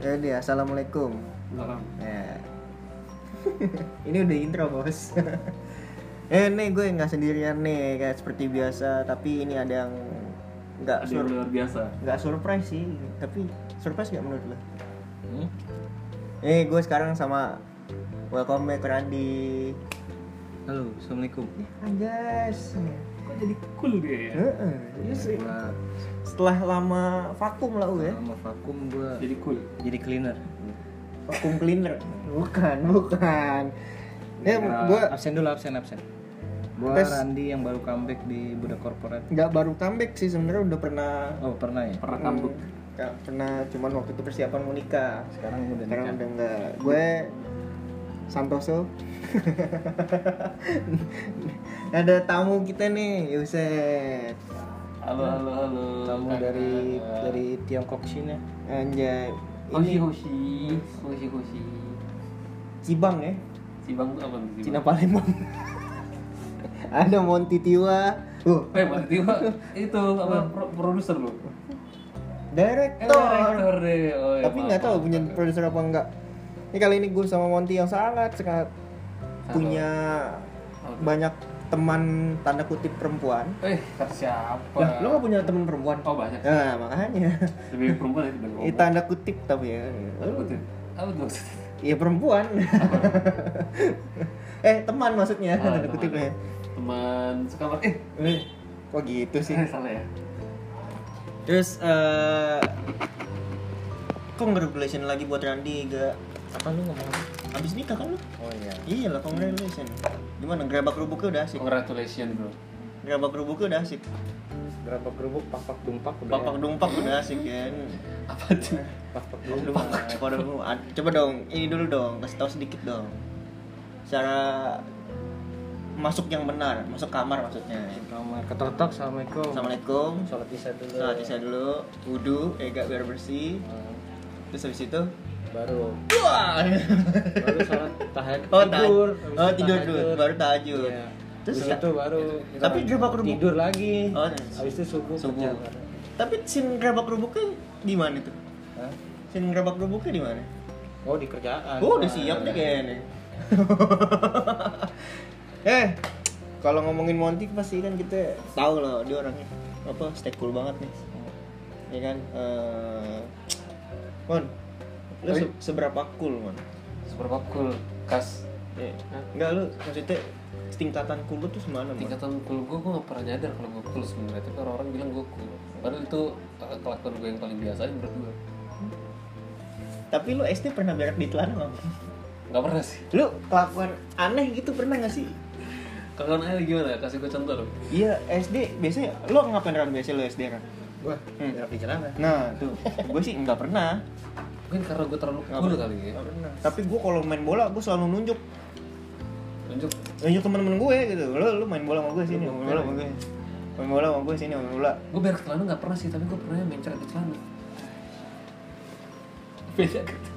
tadi ya assalamualaikum belakang ya ini udah intro bos eh nih gue nggak sendirian nih kayak seperti biasa tapi ini ada yang nggak ada yang sur luar biasa nggak surprise sih tapi surprise nggak menurut lo hmm? eh gue sekarang sama welcome back Randy Halo, Assalamualaikum anjas kok jadi cool dia ya Heeh, iya sih. Gua setelah lama vakum lah gue ya Hmm. sama vakum gua Iya. jadi cool jadi cleaner vakum cleaner bukan bukan ya Iya. gue Absen dulu, absen, absen Gua Tes. Randi yang baru comeback di budak korporat nggak baru comeback sih sebenarnya udah pernah Oh, pernah ya? pernah kambuk nggak Hmm, pernah cuman waktu itu persiapan mau nikah Sekarang udah sekarang nikah udah enggak gue Santoso ada tamu kita nih Yuset halo halo halo Kamu Kakak. dari dari Tiongkok Cina anjay hoshi hoshi hoshi hoshi Cibang ya Cibang tuh apa tuh Cibang? Cina Palembang ada Monti Tiwa uh, Eh, berarti itu apa Hmm. pro- produser lu? Eh, direktor direktur deh. Oh, ya, tapi maaf, nggak tahu maaf. punya produser apa enggak ini kali ini gue sama Monty yang sangat sangat punya Oke. banyak teman tanda kutip perempuan Eh, kata siapa? lah lo Ya, nggak punya teman perempuan Oh, Oh, banyak. nah makanya Lebih perempuan itu benar. ini tanda kutip tapi ya Apa tuh? Iya perempuan eh teman maksudnya Ah, tanda teman. kutipnya Teman sekamar. Eh, eh kok gitu sih eh, salah ya. terus eh congratulations lagi buat Randy gak Apa lu ngomong apa? habis nikah kan lo Oh iya Iya lah congratulations. Gimana gerabak kerupuknya udah asik. Congratulations, Bro. Gerabak kerupuknya udah asik. Gerabak gerubuk, papak dumpak udah ya? Bapak dumpak udah asik kan. Apa tuh? Papak Dumpak coba dong. Eh, ad- Coba dong. Ini dulu dong. Kasih tahu sedikit dong. Cara masuk yang benar, masuk kamar maksudnya. Kamar ketotok, Assalamualaikum Assalamualaikum. Sholat isya dulu Sholat isya dulu, wudu, ya gak biar bersih. Hmm, Terus habis itu Eh, Baru Wah. Baru sholat tahan Oh, ta- tidur oh, tidur dulu, baru tahajud. Terus Terus ta- Iya. itu baru Tapi gerobak gerubuk. Tidur lagi Oh, Habis itu subuh Subuh. kerja baru. Tapi sin gerabak kerupuknya di mana tuh? Hah? Sin gerabak kerupuknya di mana? Oh di kerjaan. Oh, udah siap deh kayaknya. eh, kalau ngomongin Monty pasti kan kita tahu loh dia orangnya apa stay cool banget nih. Ya kan? Eh, Mon, lu se- seberapa cool, Mon? Super cool. Kas Ya. Enggak lu maksudnya tingkatan cool lu tuh semana, Mon? tingkatan cool gue gue gak pernah nyadar kalau gue cool sebenarnya tapi orang-orang bilang gue cool padahal itu eh, kelakuan gue yang paling biasa aja menurut gue Tapi lu SD pernah berak di celana nggak, Mon? nggak pernah sih Lu kelakuan aneh gitu pernah gak sih? kelakuan aja gimana kasih gue contoh dong Iya, SD biasanya lu ngapain ran biasanya lu SD kan? Gua berak di celana. Nah, tuh, gue sih nggak pernah. mungkin karena gue terlalu Nggak cool pernah. kali ya Nggak pernah. Tapi gue kalau main bola gue selalu nunjuk tunjuk nunjuk temen-temen gue gitu. Lo lu main bola sama gue sini, main bola sama gue. Main bola sama gue sini, main bola. gue berak celana nggak pernah sih tapi gue pernah mencret di celana beda gitu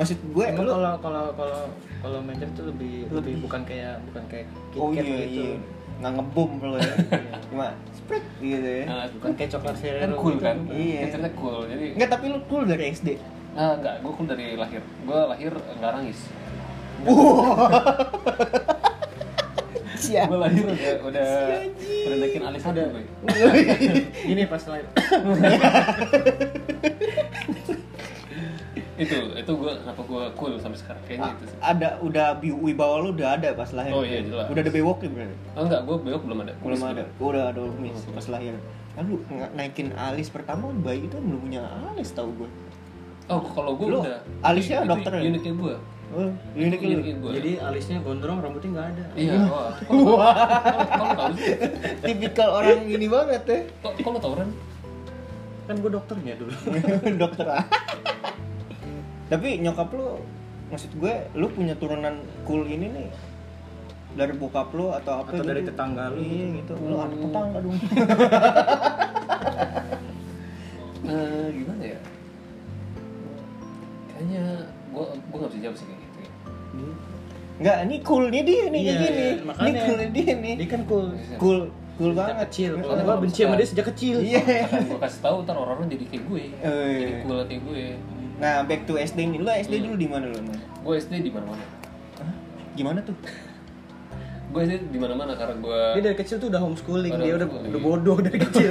Maksud oh, gue Eh, Emang lu kalau kalau kalau kalau manajer tuh lebih lebih bukan kayak bukan kayak Oh KitKat iya gitu. iya. Nggak ngebom lo ya. Cuma spread gitu ya. nah, Bukan kayak coklat kan Ferrero. cool kan Iya. kan ceritanya cool jadi Enggak, tapi lu cool dari SD. nah nggak gue cool dari lahir gue lahir eh, nggak nangis Siap. gue lahir udah udah rendakin alis ada gue Gini pas lahir. itu itu gue kenapa gue cool sampai sekarang kayaknya Ah. itu sih ada udah bi- wibawa lu udah ada pas lahir. Oh, iya, jelas. Udah ada bewoknya berarti. Oh enggak, gue belok belum ada. belum ada udah ada kumis pas lahir lalu nga- naikin alis pertama bayi itu belum punya alis tahu gue Oh, kalau gue Lu udah. alisnya Itu dokter ya? Uniknya gue. oh ini kan Uniknya gue. Jadi alisnya gondrong, rambutnya nggak ada. iya. Wah. wah Kalau tahu sih. tipikal orang gini banget ya Kalau tahu kan? Kan gue dokternya dulu. dokter ah. tapi nyokap lu maksud gue lu punya turunan cool ini nih dari bokap lu atau apa Atau gitu? dari tetangga lu? Hmm. iya gitu lu anak tetangga dong Eh, gimana ya? Kayaknya gue gue nggak bisa jawab sih kayak gitu. ya. nggak ini coolnya dia nih kayak Iya, gini iya, makanya. ini coolnya dia nih Dia kan cool. cool cool banget Kecil. Kalau Soalnya gue kalau benci suka- sama dia sejak kecil. iya Kan gue kasih tahu ntar orang-orang jadi kayak gue. Eh. Jadi cool kayak gue. Nah, back to SD nih. Lu SD dulu di mana lu? Mon? gue SD di mana mana Hah? Gimana tuh? gue SD di mana mana karena gue Dia dari kecil tuh udah homeschooling, Udah dia udah, homeschooling. udah bodoh dari kecil.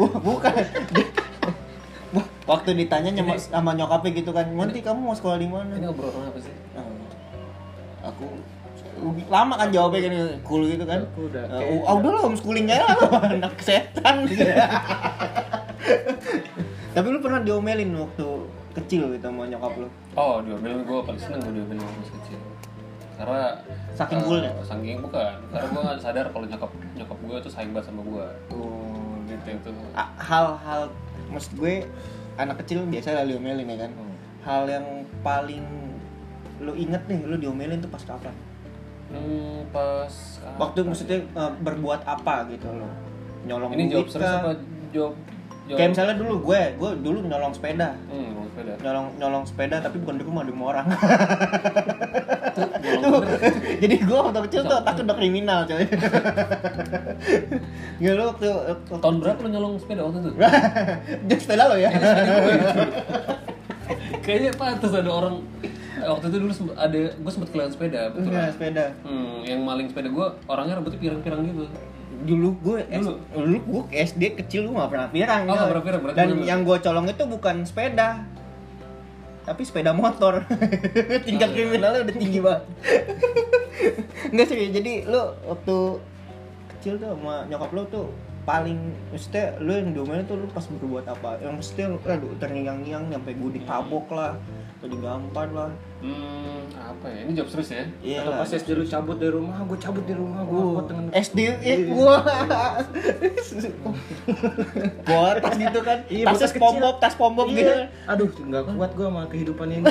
Wah, bukan. Wah, Waktu ditanya sama, sama nyokapnya gitu kan, nanti kamu mau sekolah di mana? ini obrolan apa sih Nah, aku lama kan jawabnya kan cool gitu kan Aku udah Eh, kayak- ah udah lah homeschooling aja lah anak setan tapi lu pernah diomelin waktu kecil gitu sama nyokap lu Oh, diomelin gue paling seneng gue diomelin waktu masih kecil. Karena Saking eh, coolnya? Saking bukan. Karena gue nggak sadar kalau nyokap nyokap gue tuh sayang banget sama gue. oh Gitu itu. A- hal-hal maksud gue anak kecil biasa lah diomelin ya kan Hmm. hal yang paling lu inget nih lu diomelin tuh pas kapan Hmm, pas waktu maksudnya eh, berbuat apa gitu lo nyolong ini jawab duit serius kah? apa jawab jawab? kayak misalnya dulu gue gue dulu nyolong sepeda Hmm, ngomong sepeda. nyolong nyolong sepeda tapi bukan di rumah di rumah orang Tuh, ngomong bener. jadi gue waktu kecil tuh takut udah kriminal coy ya lu waktu waktu Tahun berapa lo nyolong sepeda waktu itu? jadi sepeda lo ya Kayaknya pantas ada orang eh, waktu itu dulu semp- ada gue sempet kehilangan sepeda betul. Enggak, sepeda Hmm, yang maling sepeda gue orangnya rambutnya pirang-pirang gitu. dulu gue dulu, dulu gue SD kecil gue gak pernah pirang Oh, nggak coy. pernah pirang, berarti dan bener. yang gue colong itu bukan sepeda tapi sepeda motor tingkat Oh, iya. kriminalnya udah tinggi banget nggak sih jadi lu waktu kecil tuh sama nyokap lu tuh paling maksudnya lu yang diomelin tuh lu pas berbuat apa yang mesti lu aduh terngiang-ngiang sampai gue ditabok lah atau digampar lah Hmm, apa ya? Ini jawab serius ya? iya Atau pas SD lu cabut dari rumah, gue cabut dari rumah, gue kuat dengan SD eh, gua gua tas gitu kan Iya, tas buat tas pom kecil. pom tas pom pom gitu Iya. Aduh, nggak kuat gue sama kehidupan ini.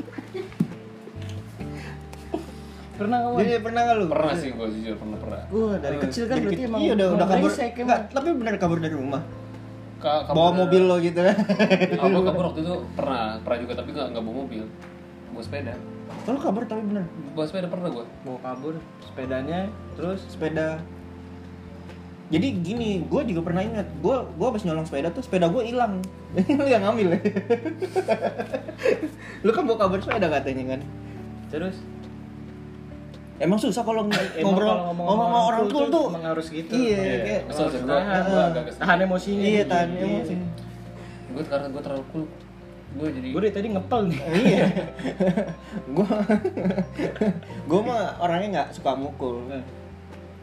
Pernah kamu? jadi pernah nggak lu Pernah sih gue jujur pernah pernah. Gue dari kecil kan Dari berarti kecil- emang iya udah udah emang kabur brengsek Nggak, emang. tapi benar kabur dari rumah Ka- kabur- bawa mobil lo gitu kan Ah, gua kabur waktu itu pernah, pernah juga tapi nggak nggak bawa mobil, bawa sepeda. lo kabur tapi benar Bawa sepeda pernah gue. Mau kabur, sepedanya, terus sepeda jadi gini gue juga pernah ingat gue gue abis nyolong sepeda tuh sepeda gue hilang lu yang ngambil ya lu kan bawa kabur sepeda katanya kan terus eh, Emang susah kalau ng- Emang ngobrol kalau ngomong ngomong sama sama orang cool cool tuh tuh emang harus gitu. Iya, Iya, kayak Kesel sih gue, Tahan, gue agak kesel. tahan emosinya. gitu. iya tan, iya sih. Gue karena gue terlalu cool, gue jadi Gue dari tadi ngepel nih. Iya. Gua gua mah orangnya nggak suka mukul.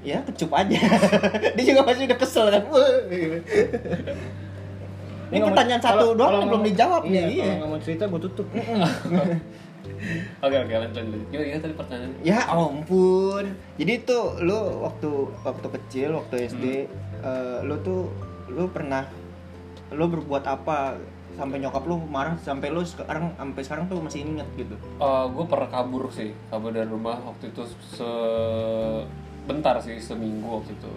Ya kecup aja. Dia juga pasti udah kesel kan. Ini ngomong- pertanyaan satu kalau- doang kalau yang belum ngomong- dijawab iya, nih. Iya. Kalau ngomong cerita gue tutup. Oke oke lanjut lanjut. Gimana gimana tadi pertanyaan? Ya ampun. Jadi tuh lu waktu waktu kecil, waktu SD, Hmm. eh, lu tuh lu pernah lu berbuat apa sampai nyokap lu marah sampai lu sekarang sampai sekarang tuh masih inget gitu. Eh, gue pernah kabur sih, kabur dari rumah waktu itu sebentar sih, seminggu waktu itu.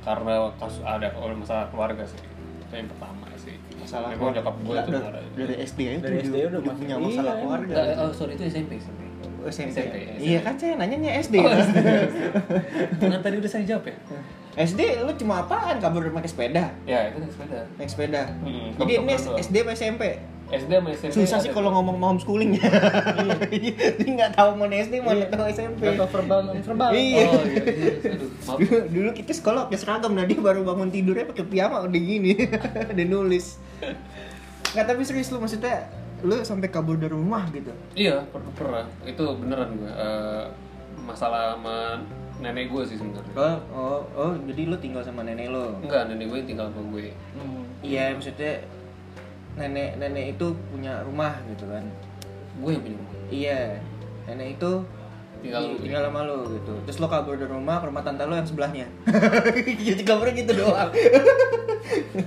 Karena kasus ada masalah keluarga sih, itu yang pertama sih. Masalah Memang nyokap gue Nggak, tuh dari, marah. dari SD ya Dari SD udah masuk. punya masalah Iya. keluarga. Nggak, eh, sorry itu SMP SMP. SMP. SMP. Iya kan saya nanyanya SD. Oh, Dengan tadi udah saya jawab ya? SD lu cuma apaan kabur pakai sepeda? Ya itu naik sepeda. Naik sepeda. Hmm, Jadi ini kabur-kabur doang. SD apa SMP? SD sama SMP Susah sih ada- kalau ngomong mau homeschooling ya. Jadi nggak tahu mau SD mau Iya. tahu SMP. Atau verbal non verbal. Iya. Oh iya, iya, aduh, maaf. Dulu, dulu kita sekolah pakai seragam, nah dia baru bangun tidurnya pakai piyama udah gini, udah nulis. Nggak tapi serius lu maksudnya lu sampai kabur dari rumah gitu. Iya, pernah, pernah. Itu beneran gue. Eh, masalah sama nenek gue sih sebenarnya. Oh, oh, oh, jadi lu tinggal sama nenek lo. Enggak, nenek gue yang tinggal sama gue. Hmm. Iya, maksudnya nenek nenek itu punya rumah gitu kan. Gue yang punya rumah. Iya, nenek itu Tinggal i- lu. tinggal sama lu gitu. Terus lo kabur dari rumah ke rumah tante lo yang sebelahnya. Jadi kaburnya gitu doang.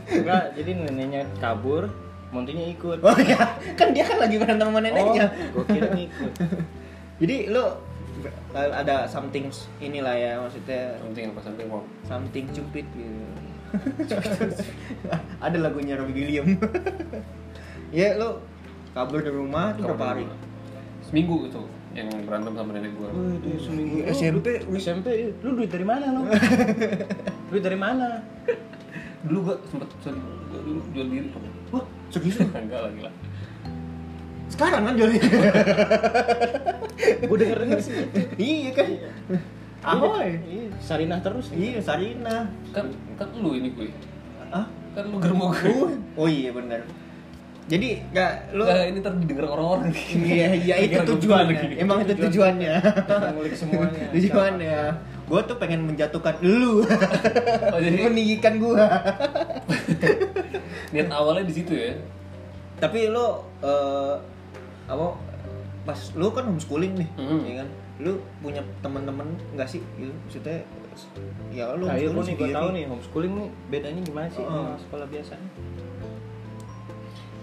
Enggak, jadi neneknya kabur, Montinya ikut. Oh iya, kan dia kan lagi berantem sama neneknya. gue kira ngikut. Jadi lo ber- ada something s- inilah ya maksudnya Yang tinggal pas samping kok. something stupid gitu. ada lagunya Robbie William. ya lo kabur dari rumah tuh berapa hari? Seminggu itu yang berantem sama nenek gue. Waduh, seminggu. SMP, SMP, lu duit dari mana lu? duit dari mana? dulu gua sempet jual gua dulu jual diri pernah Wah, serius lu? enggak lah gila Sekarang kan jadi. gue denger denger sih iya kan. Ahoy. Iya, sarinah terus Iya, Sarina. kan kan lu ini gue Ah, kan lu germo oh, gue oh iya benar. Jadi nggak lu Nggak, ini ntar didengar orang-orang Iya, iya itu Gara-gara gua tujuannya. bilang gini. Emang itu tujuannya. ngulik semuanya tujuannya. Gue tuh pengen menjatuhkan lu, oh, jadi meninggikan gue. niat awalnya di situ ya Tapi lu eh apa? Pas lu kan homeschooling nih, Mm-hmm. Hmm. ya kan? Lu punya teman-teman nggak sih? Gitu. Maksudnya ya lu Nah, homeschooling iya, gue nih, gue sendiri. tau nih homeschooling nih bedanya gimana sih Oh. sama sekolah biasanya?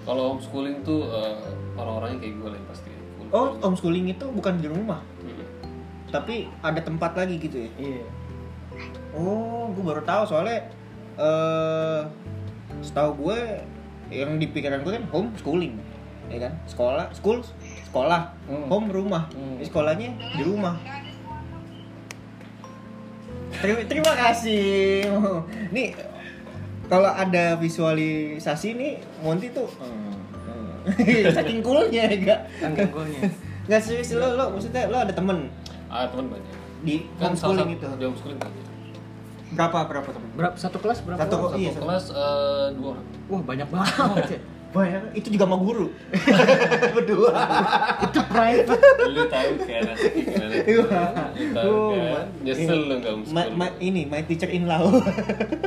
kalau homeschooling tuh eh, orang-orangnya kayak gue lah yang pasti Oh, homeschooling itu bukan di rumah, Hmm. tapi ada tempat lagi gitu ya. Iya. Oh, gue baru tahu soalnya eh setahu gue yang di pikiran gue kan homeschooling, ya kan? Sekolah, school, sekolah, Hmm. home rumah. Hmm. Jadi Sekolahnya di rumah. Terima, terima kasih. Nih kalau ada visualisasi nih Monty tuh hmm. saking coolnya ya enggak. Kan golnya. Enggak serius lo lo maksudnya lo ada temen ah teman banyak di kan salah homeschooling satu itu. di homeschooling banyak Berapa berapa temen? Berapa satu kelas berapa? Satu orang? kok iya. satu kelas eh, dua orang Wah, banyak banget. ya. Banyak, itu juga sama guru. Berdua. itu private. lu tahu kan nasibnya gimana lu tahu Oh, kan ma- nyesel lu nggak My, homeschooling my, ini my teacher in law.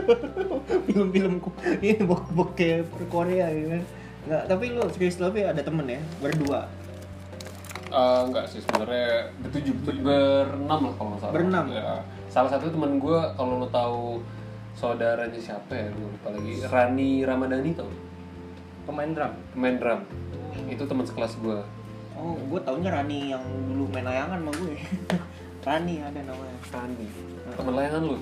Film-film ku- ini bok bokep Korea gitu kan. Nggak, tapi lu serius lu tapi ada temen ya, berdua. Eh, enggak sih sebenarnya bertujuh ber- berenam lah kalau nggak salah Berenam? Ya. salah satu teman gue kalau lo tahu saudaranya siapa ya gue lupa lagi Rani Ramadhani tau Pemain drum. main drum itu teman sekelas gue Oh, gue taunya Rani yang dulu main layangan sama gue. Rani ada namanya. Rani teman layangan lu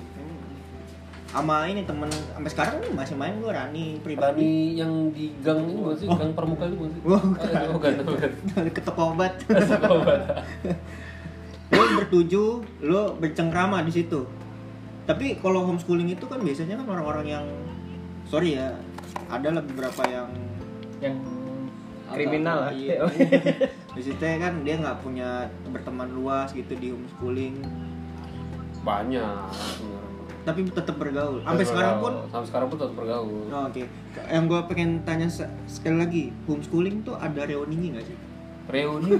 Sama ini temen sampai sekarang masih main gue Rani pribadi. Rani yang di gang ini bukan sih gang permuka itu bukan sih Oh. Bukan. Eh, bukan bukan Ke toko obat. Sobat. lo bertuju lo bercengkrama di situ tapi kalau homeschooling itu kan biasanya kan orang-orang yang sorry ya ada lah beberapa yang Yang kriminal lah. iya. maksudnya kan dia nggak punya berteman luas gitu di homeschooling banyak sebenarnya. tapi tetap bergaul sampai sekarang pun sampai sekarang pun tetap bergaul Oh, oke yang gue pengen tanya se- sekali lagi homeschooling tuh ada reuninya nggak sih reuni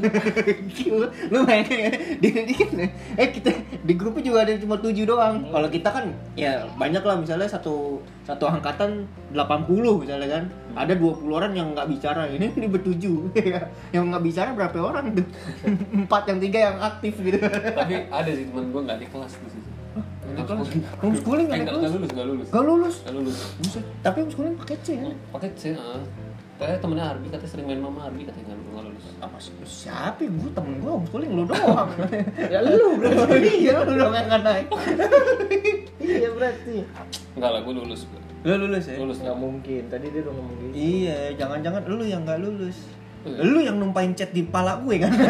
Gila, lu mainnya di di kan eh kita di grupnya juga ada cuma tujuh doang kalau kita kan ya banyak lah misalnya satu satu angkatan 80 misalnya kan ada 20 orang yang nggak bicara ini ini bertujuh yang nggak bicara berapa orang empat yang tiga yang aktif gitu tapi ada sih teman gue nggak di kelas di situ di kelas? Homeschooling nggak Eh, di nggak kelas? nggak lulus nggak lulus gak lulus nggak lulus Buset, tapi homeschooling pakai C kan pakai C ah kayak temennya Harbi katanya sering main mama Harbi katanya nggak nggak lulus apa sih siapa gue temen gue homeschooling lu doang Ya lu iya lu doang yang nggak naik Iya berarti. nggak lah gue lulus gue lu lulus ya lulus Nggak mungkin. Tadi dia udah ngomong gitu. Iya, jangan-jangan lu yang nggak lulus. Iya. Lu yang numpain cat di pala gue kan.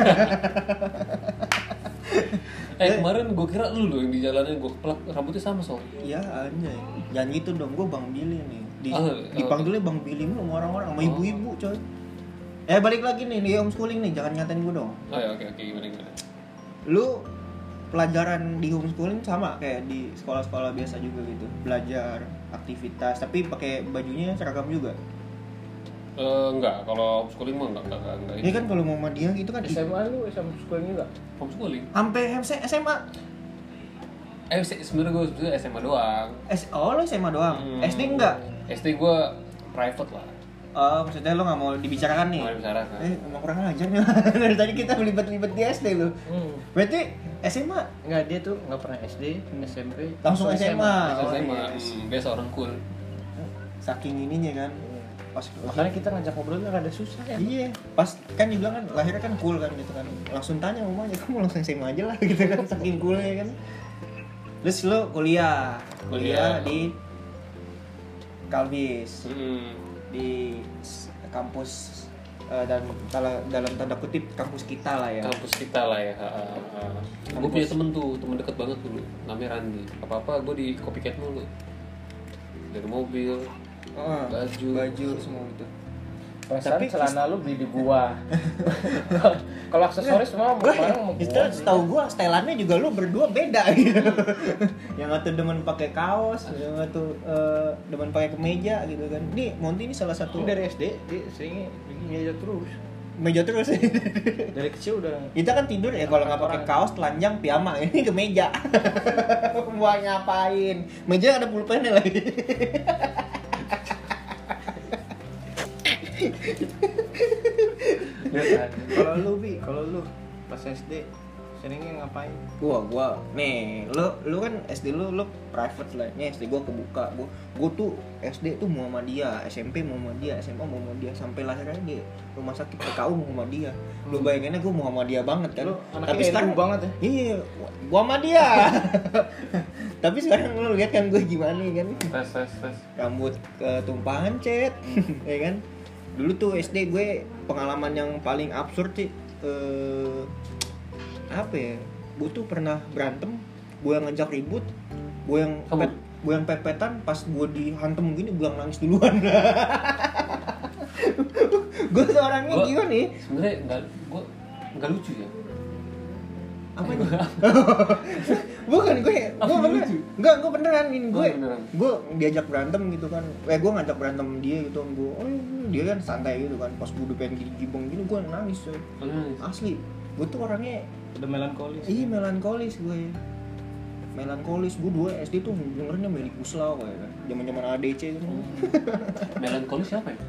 eh kemarin gue kira lu loh yang di jalanan gue keplak rambutnya sama soal Iya, anjay. Jangan gitu dong, gue Bang Billy nih. Di, Oh, dipanggilnya Bang Billy mulu sama orang-orang, sama ibu-ibu, coy. Eh, balik lagi nih, di homeschooling nih, jangan ngatain gue dong. oh ya oke oke gimana gimana Lu pelajaran di homeschooling sama kayak di sekolah-sekolah biasa juga gitu. Belajar, aktivitas, tapi pakai bajunya seragam juga. Eh, enggak, kalau homeschooling mah enggak, enggak, enggak, Ini enggak. kan kalau mau dia gitu kan SMA lu sama sekolahnya enggak? Homeschooling? sampai SMA Eh, se- sebenernya gue sebenernya SMA doang S oh lo SMA doang Hmm. SD enggak SD gue private lah kan. Oh, maksudnya lo nggak mau dibicarakan nih? Nggak dibicarakan. Eh, emang kurang ajar nih. Dari tadi kita belibet-libet di SD lo. Hmm. Berarti SMA Enggak, dia tuh enggak pernah SD, SMP, Langsung SMA. Pas Oh, SMA, iya. hmm, biasa orang cool saking ininya kan. Pas Makanya kita ngajak ngobrolnya rada susah ya. Iya, pas kan dibilang kan lahirnya kan cool kan gitu kan. Langsung tanya mamanya, kamu langsung SMA aja lah gitu kan saking coolnya kan. Terus lo kuliah, kuliah Kuliah. di Kalbis Hmm. di s- kampus eh, dan dalam dalam tanda kutip kampus kita lah ya. Iya. kampus kita lah ya. Gue punya temen tuh, temen deket banget dulu, namanya Randi. Apa apa gue di copycat mulu. dari mobil Ah, Baju. baju semua gitu Perasaan Tapi- celana lu beli di gua. Kalau Iya. aksesoris semua mau gue barang mau itu gua. setahu gue setelannya juga lu berdua beda gitu yang satu demen pakai kaos yang satu eh, demen pakai kemeja gitu kan ini Monty ini salah satu Ini dari SD dia seringnya bikin aja terus. meja terus Dari kecil udah kita kan tidur ya kalau nggak pakai kaos telanjang piyama ini kemeja mau ngapain meja ada ya, pulpennya lagi Iya. Kalau lu bi, kalau lu pas SD seringnya ngapain? gua gua nih lu lu kan SD lu lu private lah nih SD gua kebuka gua gua tuh SD tuh Muhammadiyah SMP Muhammadiyah SMA Muhammadiyah sampai lahirnya di rumah sakit PKU Muhammadiyah lu bayanginnya gua Muhammadiyah banget kan Lu anaknya NU banget ya? iya gua Muhammadiyah tapi sekarang lu lihat kan gua gimana kan tes tes tes rambut ketumpahan cet ya kan dulu tuh SD gue pengalaman yang paling absurd sih eh, apa ya gue tuh pernah berantem gue yang ngejak ribut gue yang Kamu? pet- gue yang pepetan pas gue dihantem gini gue yang nangis duluan gue seorangnya Gua- gimana nih sebenarnya nggak gua nggak lucu ya apa ini? bukan gue gue Apa bener lucu? enggak gue beneran ini gue Oh, beneran. gue diajak berantem gitu kan eh gue ngajak berantem dia gitu gue oh iya, iya." dia kan santai gitu kan pas gue udah pengen gibeng gini gue nangis coy Hmm. asli gue tuh orangnya Udah melankolis. ih melankolis gue melankolis gue dua SD tuh dengernya Melly Guslau kayak kan zaman zaman ADC itu Hmm. melankolis siapa ya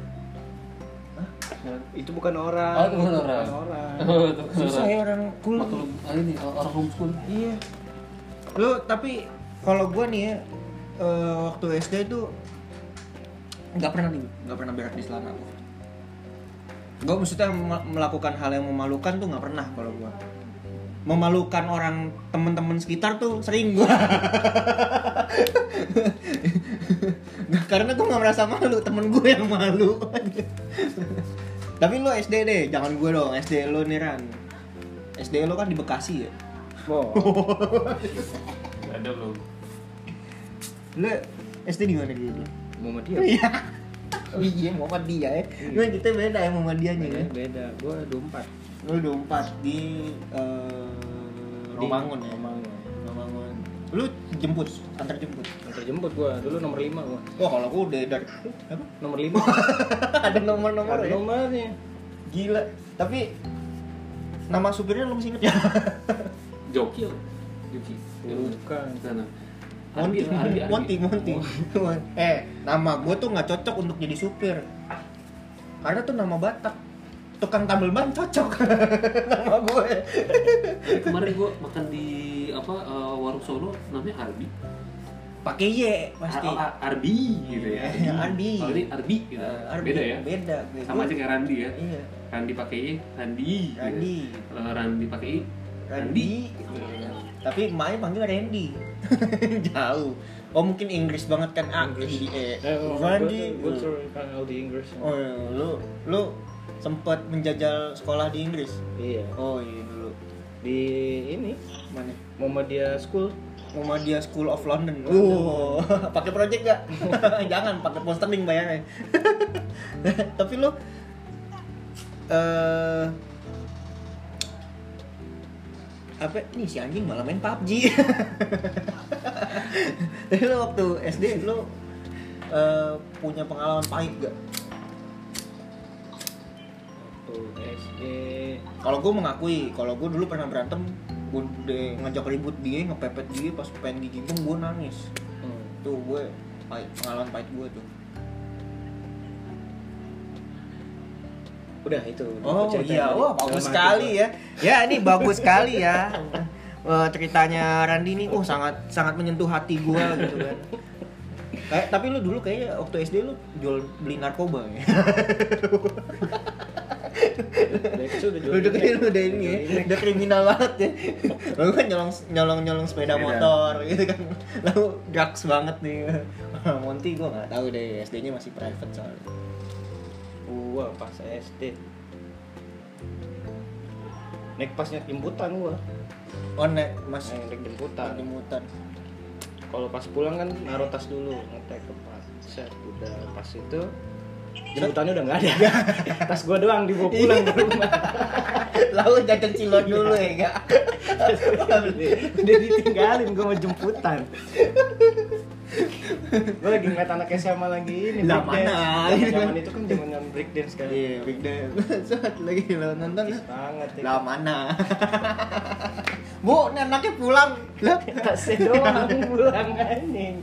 Melan- Itu bukan orang. Oh, itu bukan orang. Bukan orang. Oh, itu beneran. Ah, susah ya orang cool Waktu lu ah, ini orang homeschool Iya. Lu tapi kalau gua nih ya eh, waktu SD itu nggak pernah nih, nggak pernah berak di celana gua. Gua maksudnya me- melakukan hal yang memalukan tuh nggak pernah kalau gua. Memalukan orang temen-temen sekitar tuh sering gua. Nggak, karena gua nggak merasa malu, temen gue yang malu. tapi lu SD deh, jangan gue dong. SD lu nih Ran. SD lu kan di Bekasi ya. Wow. nggak ada belum Lu SD di mana dulu? Muhammadiyah. Iya. Oh iya, Muhammadiyah ya. Nah, kita beda ya Muhammadiyahnya ya. Beda, gua 24. Lu 24 di eh Romangun ya. Romangun. Romangun. Lu jemput, antar jemput. Antar jemput gua, dulu nomor 5 gua. Wah, kalau aku udah dari apa? Nomor 5. Ada nomor-nomor Ada ya. nomornya. Gila. Tapi nama supirnya lu masih inget ya? joki apa? joki Bukan. Oh. di sana Arbi, Monty, Arbi, Arbi. Monty, Monty. Eh, nama gue tuh nggak cocok untuk jadi supir. Karena tuh nama Batak. Tukang tambal ban cocok nama gue. kemarin gua makan di apa eh, warung Solo namanya Arbi Pakai Y pasti. Ar- Ar- Arbi gitu ya Iya, Arbi. Kalau ini Arbi gitu Eh, Arbi. beda ya Beda. beda. sama aja kayak Randi ya Iya. Randi pakai I Randi gitu. Randi. kalau Randi pakai I Randi. Tapi emaknya panggil Randy. Jauh. Oh mungkin Inggris banget kan A I E. Randy. Eh, oh, Gua suruh panggil di Inggris. Oh iya, lu lu sempat menjajal sekolah di Inggris? Iya. Oh iya dulu. Di ini Mana? Muhammadiyah School Muhammadiyah School of London. Uh, pakai project gak? Jangan pakai postering bayarnya. Tapi lu eh apa nih si anjing malah main PUBG. Tapi lu waktu SD lu eh, punya pengalaman pahit gak? waktu SD Kalau gue mengakui, kalau gue dulu pernah berantem, gue ngajak ribut dia, ngepepet dia pas pengen digimpung gue nangis. tuh gue pahit, pengalaman pahit gue tuh udah itu oh iya wah bagus sekali ya ya ini bagus sekali ya Eh, ceritanya Randi ini oh sangat sangat menyentuh hati gue gitu kan Kayak, tapi lu dulu kayaknya waktu SD lu jual beli narkoba ya. dari kecil udah lu udah kayak jualan lu udah ini ya, udah kriminal banget ya. Lu kan nyolong nyolong nyolong sepeda Sepeda. motor gitu kan. Lu drugs banget nih. Monty gue nggak tahu deh SD-nya masih private soalnya. gua pas SD naik pasnya jemputan gua Oh, naik mas naik, naik jemputan jemputan. kalau pas pulang kan naruh tas dulu ngetek ke pas set udah pas itu jemputannya udah nggak ada tas gua doang dibawa pulang ke rumah Lalu jajan cilok dulu ya enggak? dia ditinggalin gua mau jemputan gua lagi ngeliat anak SMA lagi ini Lah, break dance. mana? Zaman- zaman itu kan zaman break dance kan Iya, big day. Saat lagi lo nonton kan? Bagus banget ya. lah mana? Bu, ini anaknya pulang. Lah, Tasnya doang pulang anjing.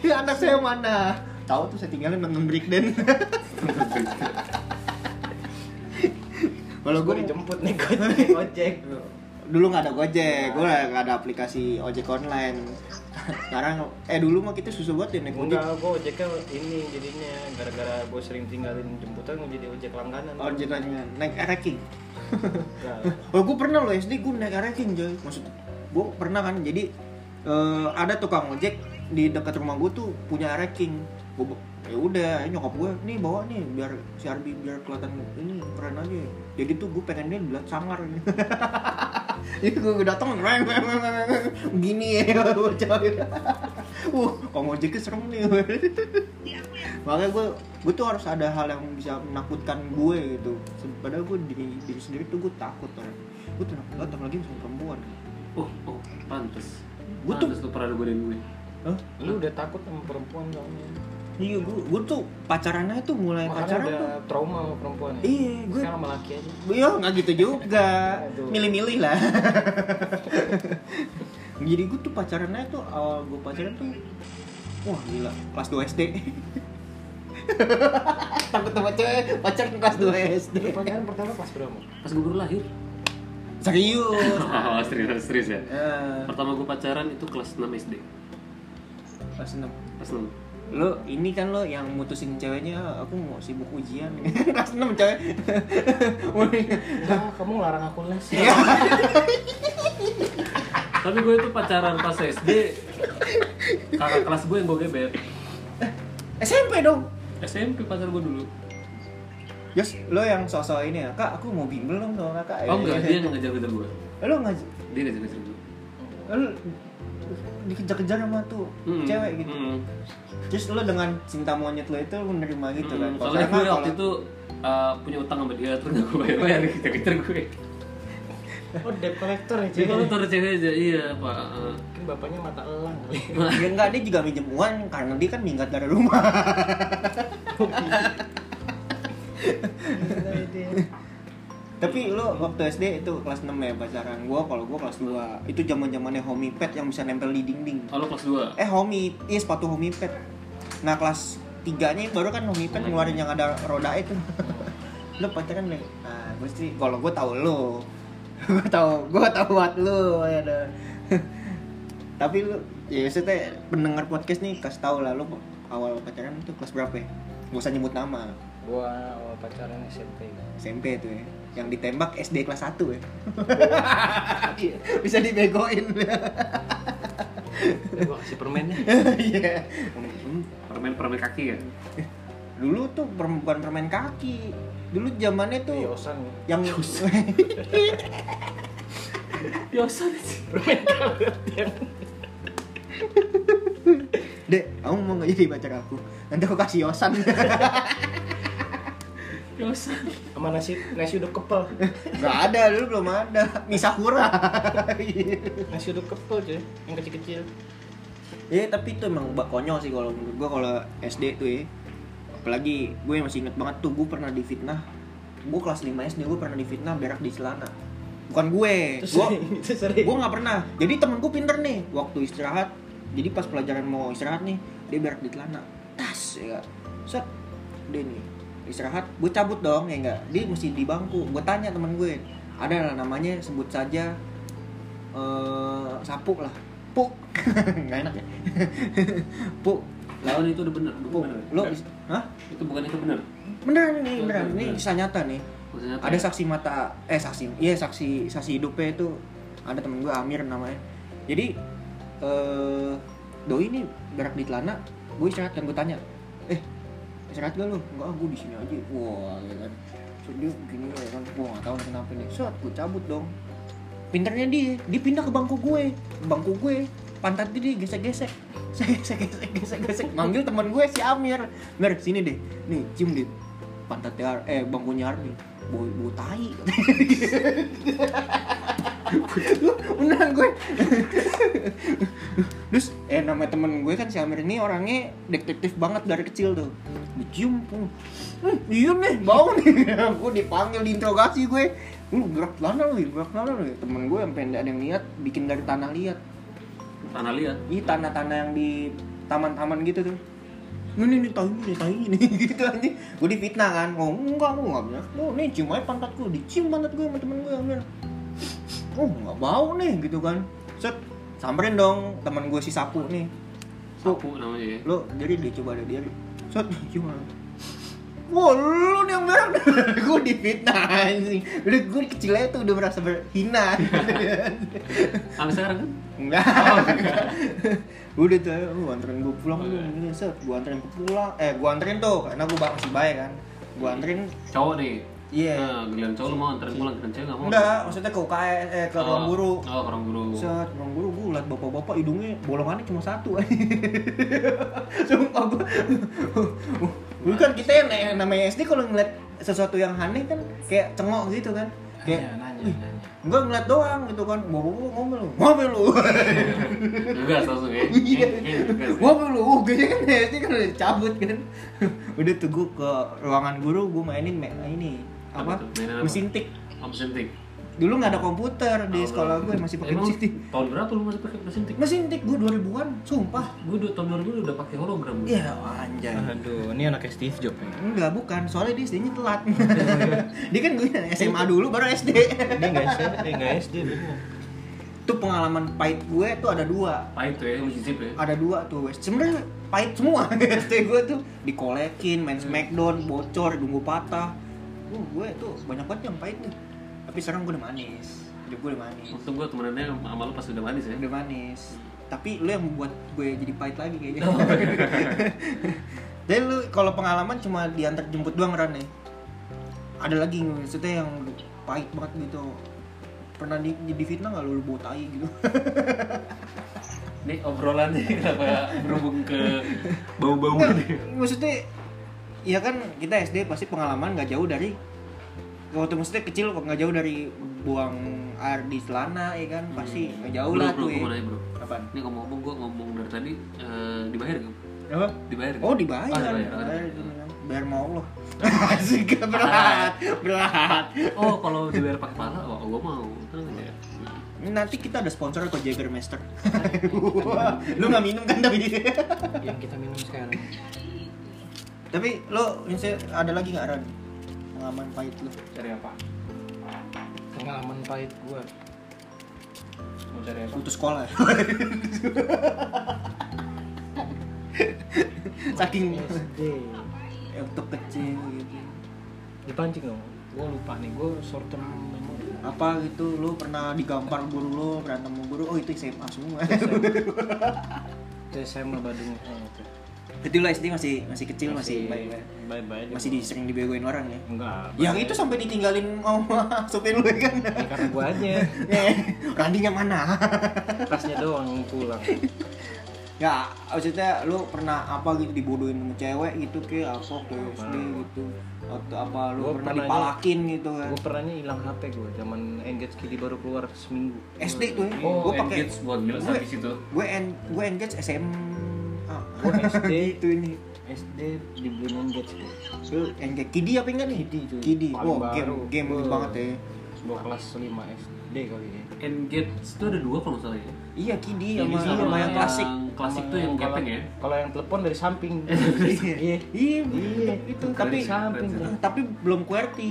ini anak saya mana? Tahu tuh saya tinggalin nonton breakdance. Kalau Gua gue dijemput nih gojek. gojek. dulu nggak ada gojek, gue nggak ada aplikasi ojek online. Sekarang, eh dulu mah kita susah banget ya naik Enggak, ojek. gua ojeknya ini jadinya gara-gara gua sering tinggalin jemputan gua jadi ojek langganan. Ojek online, Oh, naik ranking. Enggak. Oh, gue pernah loh SD gue naik ranking coy. Maksud gue pernah kan. Jadi eh, ada tukang ojek di dekat rumah gue tuh punya ranking. Gue ya udah nyokap gue nih bawa nih biar si Arbi biar kelihatan ini keren aja. Jadi tuh gue pengen dia bilang sangar. Jadi gue datang Ya, reng, reng, reng, reng, reng. gini ya coy. Uh, kalau ojeknya serem nih. Makanya gue gue tuh harus ada hal yang bisa menakutkan gue gitu. Se- Padahal gue diri, diri sendiri tuh gue takut orang. Gue tuh takut banget apalagi sama perempuan. Oh, oh, pantes. Gua tuh- Pantes lu pernah godain gue. Hah? Lu udah takut sama perempuan soalnya. Iya gue gue tuh pacarannya tuh mulai Makanya Eh, pacaran udah tuh. trauma sama perempuan. ya? Iya gue. Sekarang sama laki aja. Iya nggak gitu juga. Aduh. Milih-milih lah. Jadi gue tuh pacarannya tuh awal gue pacaran tuh Wah gila, kelas 2 SD Takut sama cewek, pacaran kelas 2 SD Lu pacaran pertama pas berapa? Pas gue baru lahir. Serius Oh, serius, serius ya. Eh, Pertama gue pacaran itu kelas 6 SD. Kelas 6 Kelas 6. lo ini kan lo yang mutusin ceweknya aku mau sibuk ujian kelas 6 cewek Ah, kamu ngelarang aku les. Tapi gue itu pacaran pas SD. Kakak kelas gue yang gue gebet. SMP dong SMP pacar gue dulu. Yes, lo yang sosok ini ya, kak aku mau bimbel dong sama kakak ya. Oh enggak, dia yang ngejar-ngejar gue. Lo ngaj Dia ngejar-ngejar gue. lo dikejar-kejar sama tuh Mm-mm. cewek gitu Mm-mm. Terus lo dengan cinta monyet lo itu lo menerima gitu kan Mm-mm. Hmm. Kalau Soalnya sekarang gue kalau- waktu itu uh, punya utang sama dia, terus gak gue bayar-bayar ngejar-ngejar gue. Oh, debt collector ya, Jadi kalau cewek. ntar cewek aja, iya pak. Uh, Mungkin bapaknya mata elang kali. Ya enggak, dia juga minjem uang karena dia kan minggat dari rumah Gila dia. Tapi lo waktu SD itu kelas 6 ya pacaran gua kalau gua kelas 2 Itu zaman zamannya homie pet yang bisa nempel di dinding Kalau kelas 2 eh homie iya sepatu homie pad nah kelas tiganya baru kan homie pad ngeluarin yang ada roda itu lu pacaran nih nah gue sih kalau gue tahu lu gue tahu gue tahu buat lu ya dah. tapi lu ya maksudnya pendengar podcast nih kasih tahu lah lu awal pacaran itu kelas berapa ya gak usah nyebut nama Gua awal pacaran SMP. SMP tuh ya yang ditembak SD kelas 1 ya Iya, bisa dibegoin Udah, Gua kasih ya. permennya. iya permen-permen kaki ya? kan? dulu tuh perm- bukan permen kaki dulu zamannya tuh Yosan. yang Biasa sih. dek kamu mau nggak jadi pacar aku nanti aku kasih yosan Biasa. Sama nasi nasi uduk kepel. nggak ada dulu belum ada misakura Nasi uduk kepel, cuy. Yang kecil-kecil. ya tapi itu emang bak konyol sih kalau menurut gua kalau SD tuh ya apalagi gue masih inget banget tuh gue pernah difitnah gue kelas 5 SD gue pernah difitnah berak di celana bukan gue Itu gue sering, itu sering. gue nggak pernah jadi temen gue pinter nih waktu istirahat jadi pas pelajaran mau istirahat nih dia berak di celana tas ya nggak? set dia nih istirahat gue cabut dong ya enggak dia mesti di bangku gue tanya temen gue ada lah namanya sebut saja eh sapuk lah puk nggak enak ya puk Lawan itu udah bener, puk bukan bener. Oh, lo hah Itu bukan itu bener. beneran nih beneran ini kisah nyata nih Maksudnya ya? ada saksi mata eh saksi iya saksi saksi hidupnya itu ada temen gue Amir namanya jadi eh doi ini berak di celana gue istirahat dan gue tanya eh istirahat gak lu enggak gue di sini aja wah gitu kan so, dia gini ya kan gue nggak tahu kenapa nih saat gue cabut dong pinternya dia dia pindah ke bangku gue bangku gue pantat gue digesek-gesek gesek-gesek gesek-gesek manggil teman gue si Amir Mir sini deh nih cium deh pantat Ar- eh bangkunya Ardi bau bau tai Beneran gue Terus eh nama temen gue kan si Amir ini orangnya detektif banget dari kecil tuh Dicium pun hmm, Iya nih bau nih Gue dipanggil diinterogasi gue Lu gerak tanah lu gerak tanah lu Temen gue yang pendek ada yang niat bikin dari tanah liat Tanah liat. Ini tanah-tanah yang di taman-taman gitu tuh ini nih tahu ini tahu ini gitu anjing gue difitnah kan oh enggak gue enggak bener oh nih cium aja pantat gue dicium pantat gue sama temen gue Amir oh nggak bau nih gitu kan set samperin dong teman gue si sapu nih Sapu namanya ya. lo jadi dia coba ada dia set gimana Wah lu nih yang berat Gue difitnah anjing Udah gue kecil aja tuh udah merasa berhina Sampai sekarang kan? Enggak Udah tuh Lu anterin gue pulang lu ini, Set gue anterin gue pulang Eh gue anterin tuh Karena gue bang- masih baik kan Gue anterin Cowok nih. Iya. Nah, giliran cowok lu mau anterin pulang, giliran cewek nggak mau. Enggak maksudnya ke UKS Eh ke ruang Oh, guru Oh, ke ruang guru. Set, orang guru gue liat bapak-bapak hidungnya bolongannya cuma satu Sumpah gue Dulu kan kita yang yang namanya SD kalau ngeliat sesuatu yang aneh kan kayak cengok gitu kan Iya. Kayak nanya, nanya. enggak ngeliat doang gitu kan Bapak-bapak ngomel lu Ngomel lu Tugas langsung ya. Iya. Iya, tugas. Ngomel lu Uh, Kayaknya kan SD kan udah cabut kan Udah tuh gue ke ruangan guru gue mainin me- ini Apa apa tuh? Mainin apa? mesin tik Om Sintik. dulu nggak ada komputer Oh, di sekolah gue masih pakai Emang mesin tik Tahun berapa lu masih pakai mesin tik? mesin tik gue 2000-an sumpah Gue tahun 2000 udah pakai hologram. Iya anjay. Aduh, ini anaknya Steve Jobs ya. Enggak bukan, soalnya dia SD-nya telat. dia kan gue SMA dulu baru SD. Dia enggak SD, eh, enggak SD dulu. Itu pengalaman pahit gue tuh ada dua. Pahit tuh ya, lu cicip ya. Ada dua tuh. wes. Sebenarnya pahit semua SD gue tuh dikolekin, main smackdown, bocor, dungu patah. Uh, gue tuh banyak banget yang pahit tuh. Tapi sekarang gue udah manis. Hidup gue udah manis. Untung gue temenannya sama lu pas udah manis ya. Udah manis. Tapi lu yang membuat gue jadi pahit lagi kayaknya. Jadi lu kalau pengalaman cuma diantar jemput doang Ran ya? Ada lagi maksudnya yang pahit banget gitu. Pernah di, di fitnah nggak lu, lu bau tai gitu? Ini obrolannya kenapa berhubung ke bau-bau Nggak, maksudnya ya kan kita SD pasti pengalaman nggak jauh dari waktu maksudnya kecil kok nggak jauh dari buang air di celana ya kan pasti nggak jauh Bro, lah bro, tuh gue mau ya. nanya bro. Apaan? Ini ngomong-ngomong gue ngomong dari tadi eh, dibayar gak? Apa? Dibayar gak? Oh dibayar, Oh, dibayar. dibayar, dibayar. Bayar mau Allah Asik berat, berat. Oh kalau dibayar pakai pala, wah gue mau. Tenang aja. Ini Nanti kita ada sponsor kok Jagermeister. Wah, lu nggak minum kan tapi Yang kita minum sekarang. tapi lo misalnya ada lagi nggak Ran? Pengalaman pahit lo? Cari apa? Pengalaman pahit gua. Mau cari apa? Putus sekolah. Saking SD. waktu kecil gitu. Dipancing dong. Gua lupa nih, gua short term memory. Apa gitu lo pernah digampar guru lo, berantem sama guru. Oh itu SMA semua. Itu SMA Badung. Oh, oke. Itu lo SD masih masih kecil masih baik-baik. Bye-bye. masih di, sering dibegoin orang ya Enggak. yang itu sampai ditinggalin sama supir lu ya kan Ya, karena gua aja. eh Randinya mana Tasnya doang yang pulang. ya maksudnya lu pernah apa gitu dibodohin sama cewek gitu ke apa ke SD gitu atau apa lu Gua pernah pernah dipalakin gitu kan Gua pernah nih hilang HP gua zaman Engage Kiddy baru keluar seminggu. SD tuh ya Oh, gue pakai engage buat gila gue- habis itu. gue en gue engage SM ah, Gua SD itu ini SD dibeliin Engage gua. lu engage kidi apa enggak nih Kiddy cuy. kidi Paling wow game baru. game Wah. banget ya Gua kelas 5 SD kali ya. Engage itu ada dua kalau nggak salah ya. iya kidi Yang sama, bisa sama yang klasik klasik Sama tuh yang kalau- gepeng ya. Kalau yang telepon dari samping. iya iya Iya. itu Dari tapi samping. keren Nah, tapi belum QWERTY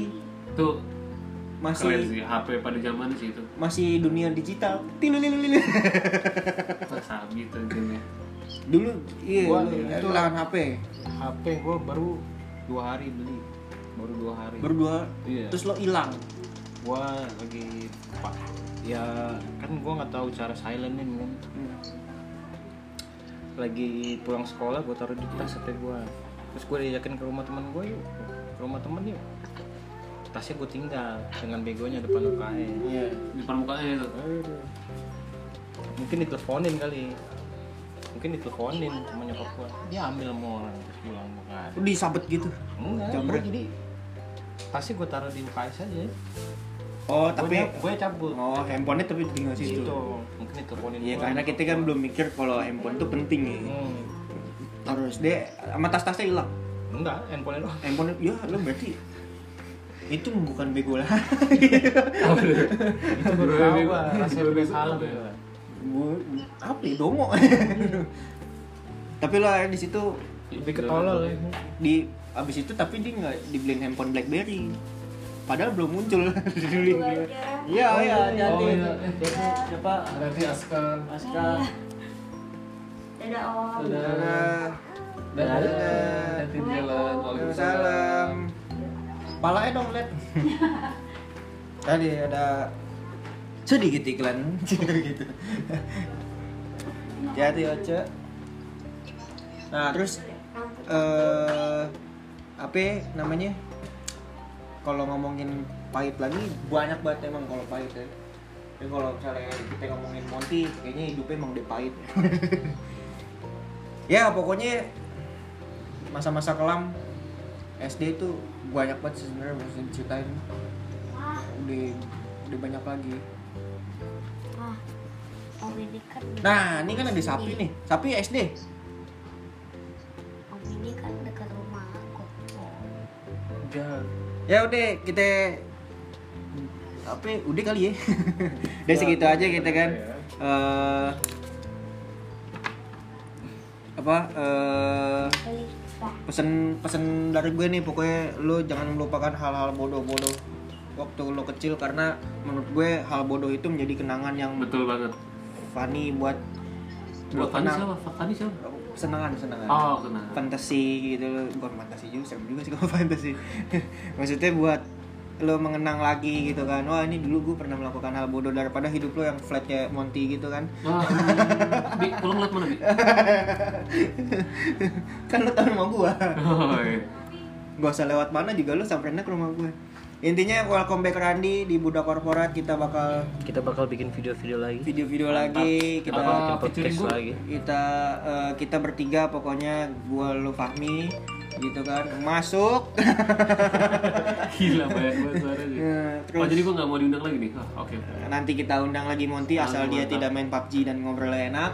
Tuh keren masih sih HP pada zaman sih itu. masih dunia digital Tilulilulil. Sabi tuh gamenya. dulu iya Gua dulu, itu- lahan HP HP gua baru dua hari beli. Baru dua hari. berdua Iya. terus lo hilang gua lagi pak ya kan gua nggak tahu cara silentin kan lagi pulang sekolah gua taruh di tas HP gua terus gua diajakin ke rumah teman gua yuk ke rumah temen yuk tasnya gua tinggal dengan begonya depan UKM iya Di depan mukanya itu. Aduh. mungkin diteleponin kali mungkin diteleponin sama nyokap gua dia ambil sama orang terus pulang bukan Lu disabet gitu. enggak Jamret. gua jadi pasti gua taruh di UKS aja Oh, tapi tapi gue cabut oh, handphonenya tapi tinggal situ. gitu mungkin diteleponin Iya, gua. karena kita kan belum mikir kalau handphone itu penting nih. Hmm. Harus deh sama tas-tasnya hilang. enggak handphone lo Handphone ya lu berarti itu bukan bego lah. itu baru Gue- tahu gue- gua Iya. rasanya gue- udah gue- salah gue- gua. Bu- apa ya domo. tapi lah di situ lebih ketolol ya di abis itu tapi dia nggak dibeliin handphone BlackBerry. Padahal belum muncul dibeliin. Iya, iya, Oh hati-hati. iya, eh, Siapa? nanti Aska. Aska. Dadah om. Saudara. Dadah. Dadah. Nanti dia lah. Waalaikumsalam. Waalaikumsalam. Palanya dong, Let. Tadi ada sedikit iklan gitu. Hati-hati Oce. Nah, terus eh apa namanya? Kalau ngomongin pahit lagi banyak banget emang kalau pahit ya. Tapi kalau misalnya kita ngomongin Monty, kayaknya hidupnya emang dia pahit. ya pokoknya masa-masa kelam SD itu banyak banget sih sebenarnya yang mesti diceritain udah udah banyak lagi Ah, om ini kan. nah ini kan ada sapi nih sapi SD Om ini kan dekat rumah aku. Oh. Iya. ya udah kita apa udah kali ya udah segitu aja kita kan eh apa eh Beli bah. pesen pesen dari gue nih pokoknya lo jangan melupakan hal-hal bodoh-bodoh waktu lo kecil karena menurut gue hal bodoh itu menjadi kenangan yang Betul banget. funny buat Buat Fani kenang- siapa? Fani siapa? senangan senangan Oh, kenal. fantasi gitu lo bukan fantasi juga serem juga sih kalau fantasi maksudnya buat lo mengenang lagi gitu kan wah ini dulu gue pernah melakukan hal bodoh daripada hidup lo yang flat kayak Monty gitu kan Wah, hmm. Bi, kalau ngeliat mana, Bi? kan lo tau rumah gue Oh, iya. gak usah lewat mana juga lo samperin aja ke rumah gue intinya welcome back Randy di budak korporat kita bakal Kita bakal bikin video-video lagi. video-video lagi kita Iya, Apa? Bikin Ah, featuring podcast gua. lagi. kita eh, kita bertiga pokoknya gue lo Fahmi gitu kan masuk Gila, banyak banget suaranya. Eh, Oh, terus jadi gue nggak mau diundang lagi nih? Ah, Oke. nanti kita undang lagi Monty asal Mantap, dia mantap. tidak main PUBG dan ngobrol enak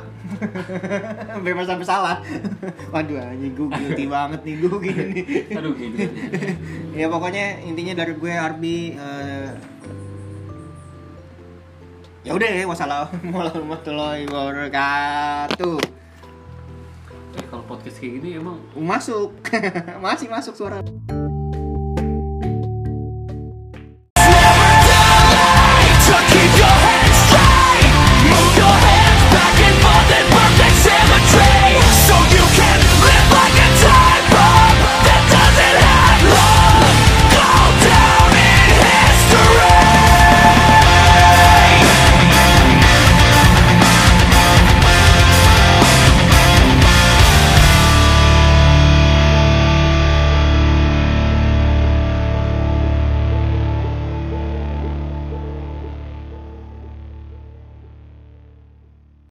bebas sampai salah waduh anjing gue guilty banget nih gue gini Aduh, gitu. ya pokoknya intinya dari gue Arbi eh, ya udah ya wassalamualaikum warahmatullahi wabarakatuh Eh, kalau podcast kayak gini emang masuk masih masuk suara